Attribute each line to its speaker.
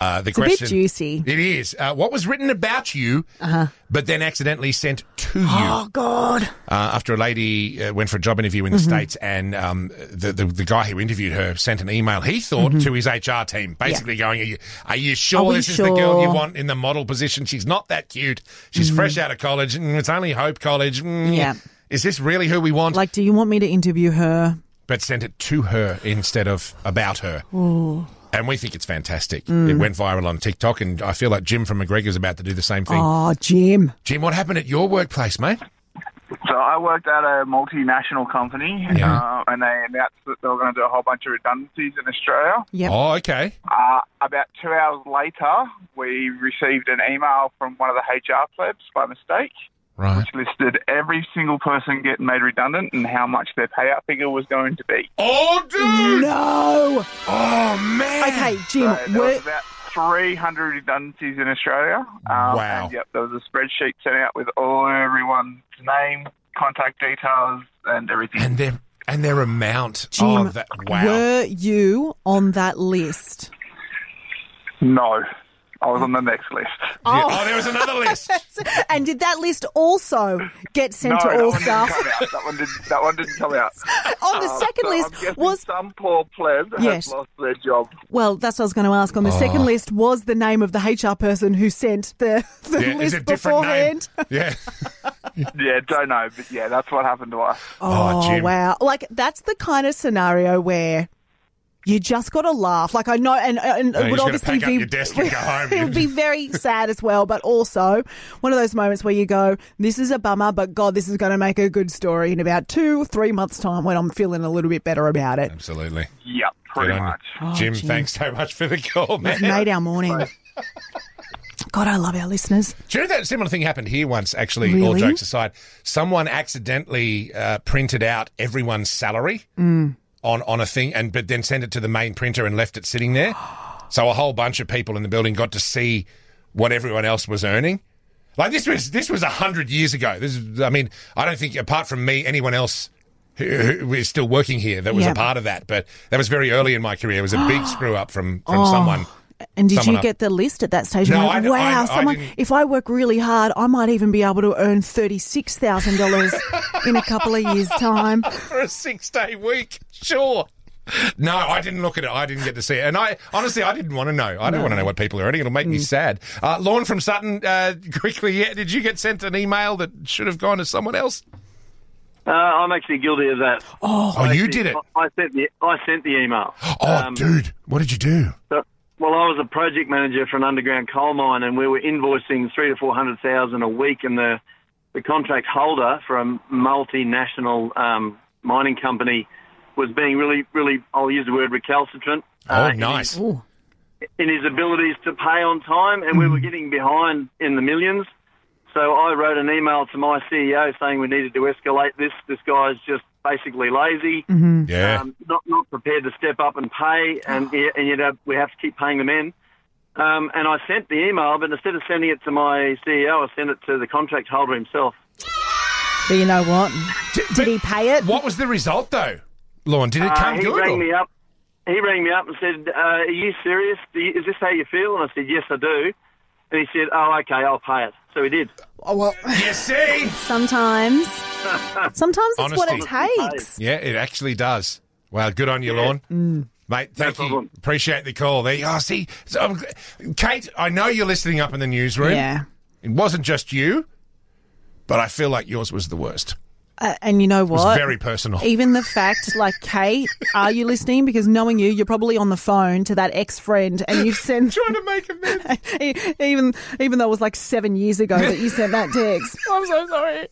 Speaker 1: Uh, the
Speaker 2: It's a bit
Speaker 1: question
Speaker 2: juicy. Uh-huh.
Speaker 1: It is. Uh, what was written about you, but then accidentally sent to you?
Speaker 2: Oh God.
Speaker 1: uh, after a lady uh, went for a job interview
Speaker 2: Mm-hmm.
Speaker 1: in the States and um, the, the the guy who interviewed her sent an email, he thought, to his HR team, basically going, Are you, are you
Speaker 2: Mm-hmm. Are
Speaker 1: sure
Speaker 2: we
Speaker 1: this is the girl you
Speaker 2: sure?" Mm-hmm.
Speaker 1: want in the model position? She's not that cute. She's fresh out of college. Mm, it's only Hope College. Mm,
Speaker 2: Yeah.
Speaker 1: Is this really who we want?
Speaker 2: Like, do you want me to interview her?
Speaker 1: but sent it to her instead of about her. And we think it's fantastic.
Speaker 2: Mm.
Speaker 1: It went viral on TikTok, and I feel like Jim from McGregor's about to do the same thing.
Speaker 2: Oh, Jim.
Speaker 1: Jim, what happened at your workplace, mate?
Speaker 3: So I worked at a multinational company,
Speaker 1: Yeah.
Speaker 3: uh, and they announced that they were going to do a whole bunch of redundancies in Australia.
Speaker 2: Yep.
Speaker 1: Oh, okay.
Speaker 3: Uh, about two hours later, we received an email from one of the HR plebs by mistake,
Speaker 1: Right.
Speaker 3: which listed every single person getting made redundant and how much their payout figure was going to be.
Speaker 1: Oh, dude!
Speaker 2: No.
Speaker 1: Oh, man!
Speaker 2: Okay, Jim.
Speaker 3: So there
Speaker 2: we're-
Speaker 3: was about 300 redundancies in Australia. Um,
Speaker 1: Wow.
Speaker 3: And, yep, there was a spreadsheet sent out with all everyone's name, contact details, and everything.
Speaker 1: And their and their amount.
Speaker 2: Jim,
Speaker 1: oh, that, wow.
Speaker 2: were you on that list?
Speaker 3: no, I was on the next list.
Speaker 1: Yeah. Oh, there was another list.
Speaker 2: And did that list also get
Speaker 3: No,
Speaker 2: sent
Speaker 3: that
Speaker 2: to all
Speaker 3: one
Speaker 2: staff?
Speaker 3: didn't come out. That one didn't. That one didn't come out.
Speaker 2: on the
Speaker 3: Um,
Speaker 2: second
Speaker 3: so I'm
Speaker 2: list
Speaker 3: guessing
Speaker 2: was
Speaker 3: some poor pleb
Speaker 2: Yes.
Speaker 3: has lost their job.
Speaker 2: well, that's what I was going to ask. On the second list was the name of the HR person who sent the, the
Speaker 1: Yeah, it's
Speaker 2: list
Speaker 1: a different name.
Speaker 2: beforehand.
Speaker 1: Yeah.
Speaker 3: Yeah, don't know, but yeah, that's what happened to us.
Speaker 1: Oh, Jim.
Speaker 2: wow! Like that's the kind of scenario where you just got to laugh. Like I know, and, and
Speaker 1: you
Speaker 2: it would
Speaker 1: just gotta
Speaker 2: obviously
Speaker 1: pack up
Speaker 2: be
Speaker 1: your desk and go home.
Speaker 2: it would be very sad as well, but also one of those moments where you go, "This is a bummer," but God, this is going to make a good story in about two, three months' time when I'm feeling a little bit better about it.
Speaker 1: Absolutely.
Speaker 3: Yeah, pretty
Speaker 1: Good on you.
Speaker 3: much.
Speaker 1: Jim,
Speaker 2: Jim.
Speaker 1: thanks so much for the call, man.
Speaker 2: You've made our morning. God, I love our listeners.
Speaker 1: Do you know that similar thing happened here once, actually, all
Speaker 2: Really?
Speaker 1: jokes aside? Someone accidentally uh, printed out everyone's salary
Speaker 2: Mm.
Speaker 1: on, on a thing, and but then sent it to the main printer and left it sitting there. So a whole bunch of people in the building got to see what everyone else was earning. Like this was this was a hundred years ago. This is, I mean, I don't think apart from me, anyone else who, who is still working here that was
Speaker 2: Yeah.
Speaker 1: a part of that. But that was very early in my career. It was a big screw up from from someone.
Speaker 2: Oh. And did
Speaker 1: Someone
Speaker 2: you
Speaker 1: up.
Speaker 2: get the list at that stage?
Speaker 1: No,
Speaker 2: I'm like,
Speaker 1: I d- I-
Speaker 2: wow,
Speaker 1: I
Speaker 2: someone.
Speaker 1: didn't.
Speaker 2: if I work really hard, I might even be able to earn thirty six thousand dollars in a couple of years' time.
Speaker 1: for a six day week. Sure. No, I didn't look at it. I didn't get to see it. And I honestly, I didn't want to know. I don't want to know what people are earning. It'll make
Speaker 4: Mm.
Speaker 1: me sad. Uh, Lauren from Sutton, uh, quickly, yeah, did you get sent an email that should have gone to someone else?
Speaker 4: Uh, I'm actually guilty of that.
Speaker 1: Oh, you did it.
Speaker 4: I, I sent the I sent the email.
Speaker 1: Oh,
Speaker 4: um,
Speaker 1: dude, what did you do?
Speaker 4: So, well, I was a project manager for an underground coal mine, and we were invoicing three to four hundred thousand a week, and the the contract holder for a multinational um, mining company was being really, really, I'll use the word recalcitrant. uh,
Speaker 1: Oh,
Speaker 4: in
Speaker 1: nice.
Speaker 2: Ooh.
Speaker 4: in his abilities to pay on time, and we
Speaker 1: Mm.
Speaker 4: were getting behind in the millions. So I wrote an email to my CEO saying we needed to escalate this. This guy's just basically lazy,
Speaker 1: Mm. Yeah.
Speaker 4: um, not not prepared to step up and pay, and yeah, and you know we have to keep paying the men. Um, and I sent the email, but instead of sending it to my CEO, I sent it to the contract holder himself.
Speaker 2: But you know what?
Speaker 1: but
Speaker 2: Did he pay it?
Speaker 1: what was the result, though, Lauren? Did it
Speaker 4: Uh,
Speaker 1: come
Speaker 4: he
Speaker 1: good?
Speaker 4: rang
Speaker 1: or-
Speaker 4: me up. He rang me up and said, uh, "Are you serious? Do you, is this how you feel?" And I said, "Yes, I do." And he said, "Oh, okay, I'll pay it." So he did.
Speaker 2: Oh, well,
Speaker 1: You see?
Speaker 2: sometimes, sometimes it's what it
Speaker 4: Honesty.
Speaker 2: takes.
Speaker 1: Yeah, it actually does. Wow, good on you, Lorne.
Speaker 2: Mm.
Speaker 1: Mate, thank you.
Speaker 4: problem.
Speaker 1: Appreciate the call. There you are. See, so I'm gl- Kate, I know you're listening up in the newsroom.
Speaker 2: Yeah.
Speaker 1: It wasn't just you, but I feel like yours was the worst.
Speaker 2: Uh, and you know
Speaker 1: It
Speaker 2: what?
Speaker 1: was very personal.
Speaker 2: Even the fact, like, Kate, are you listening? Because knowing you, you're probably on the phone to that ex friend and e-, you send.
Speaker 1: Trying to make amends.
Speaker 2: even even though it was like seven years ago that you sent that text.
Speaker 1: I'm so sorry.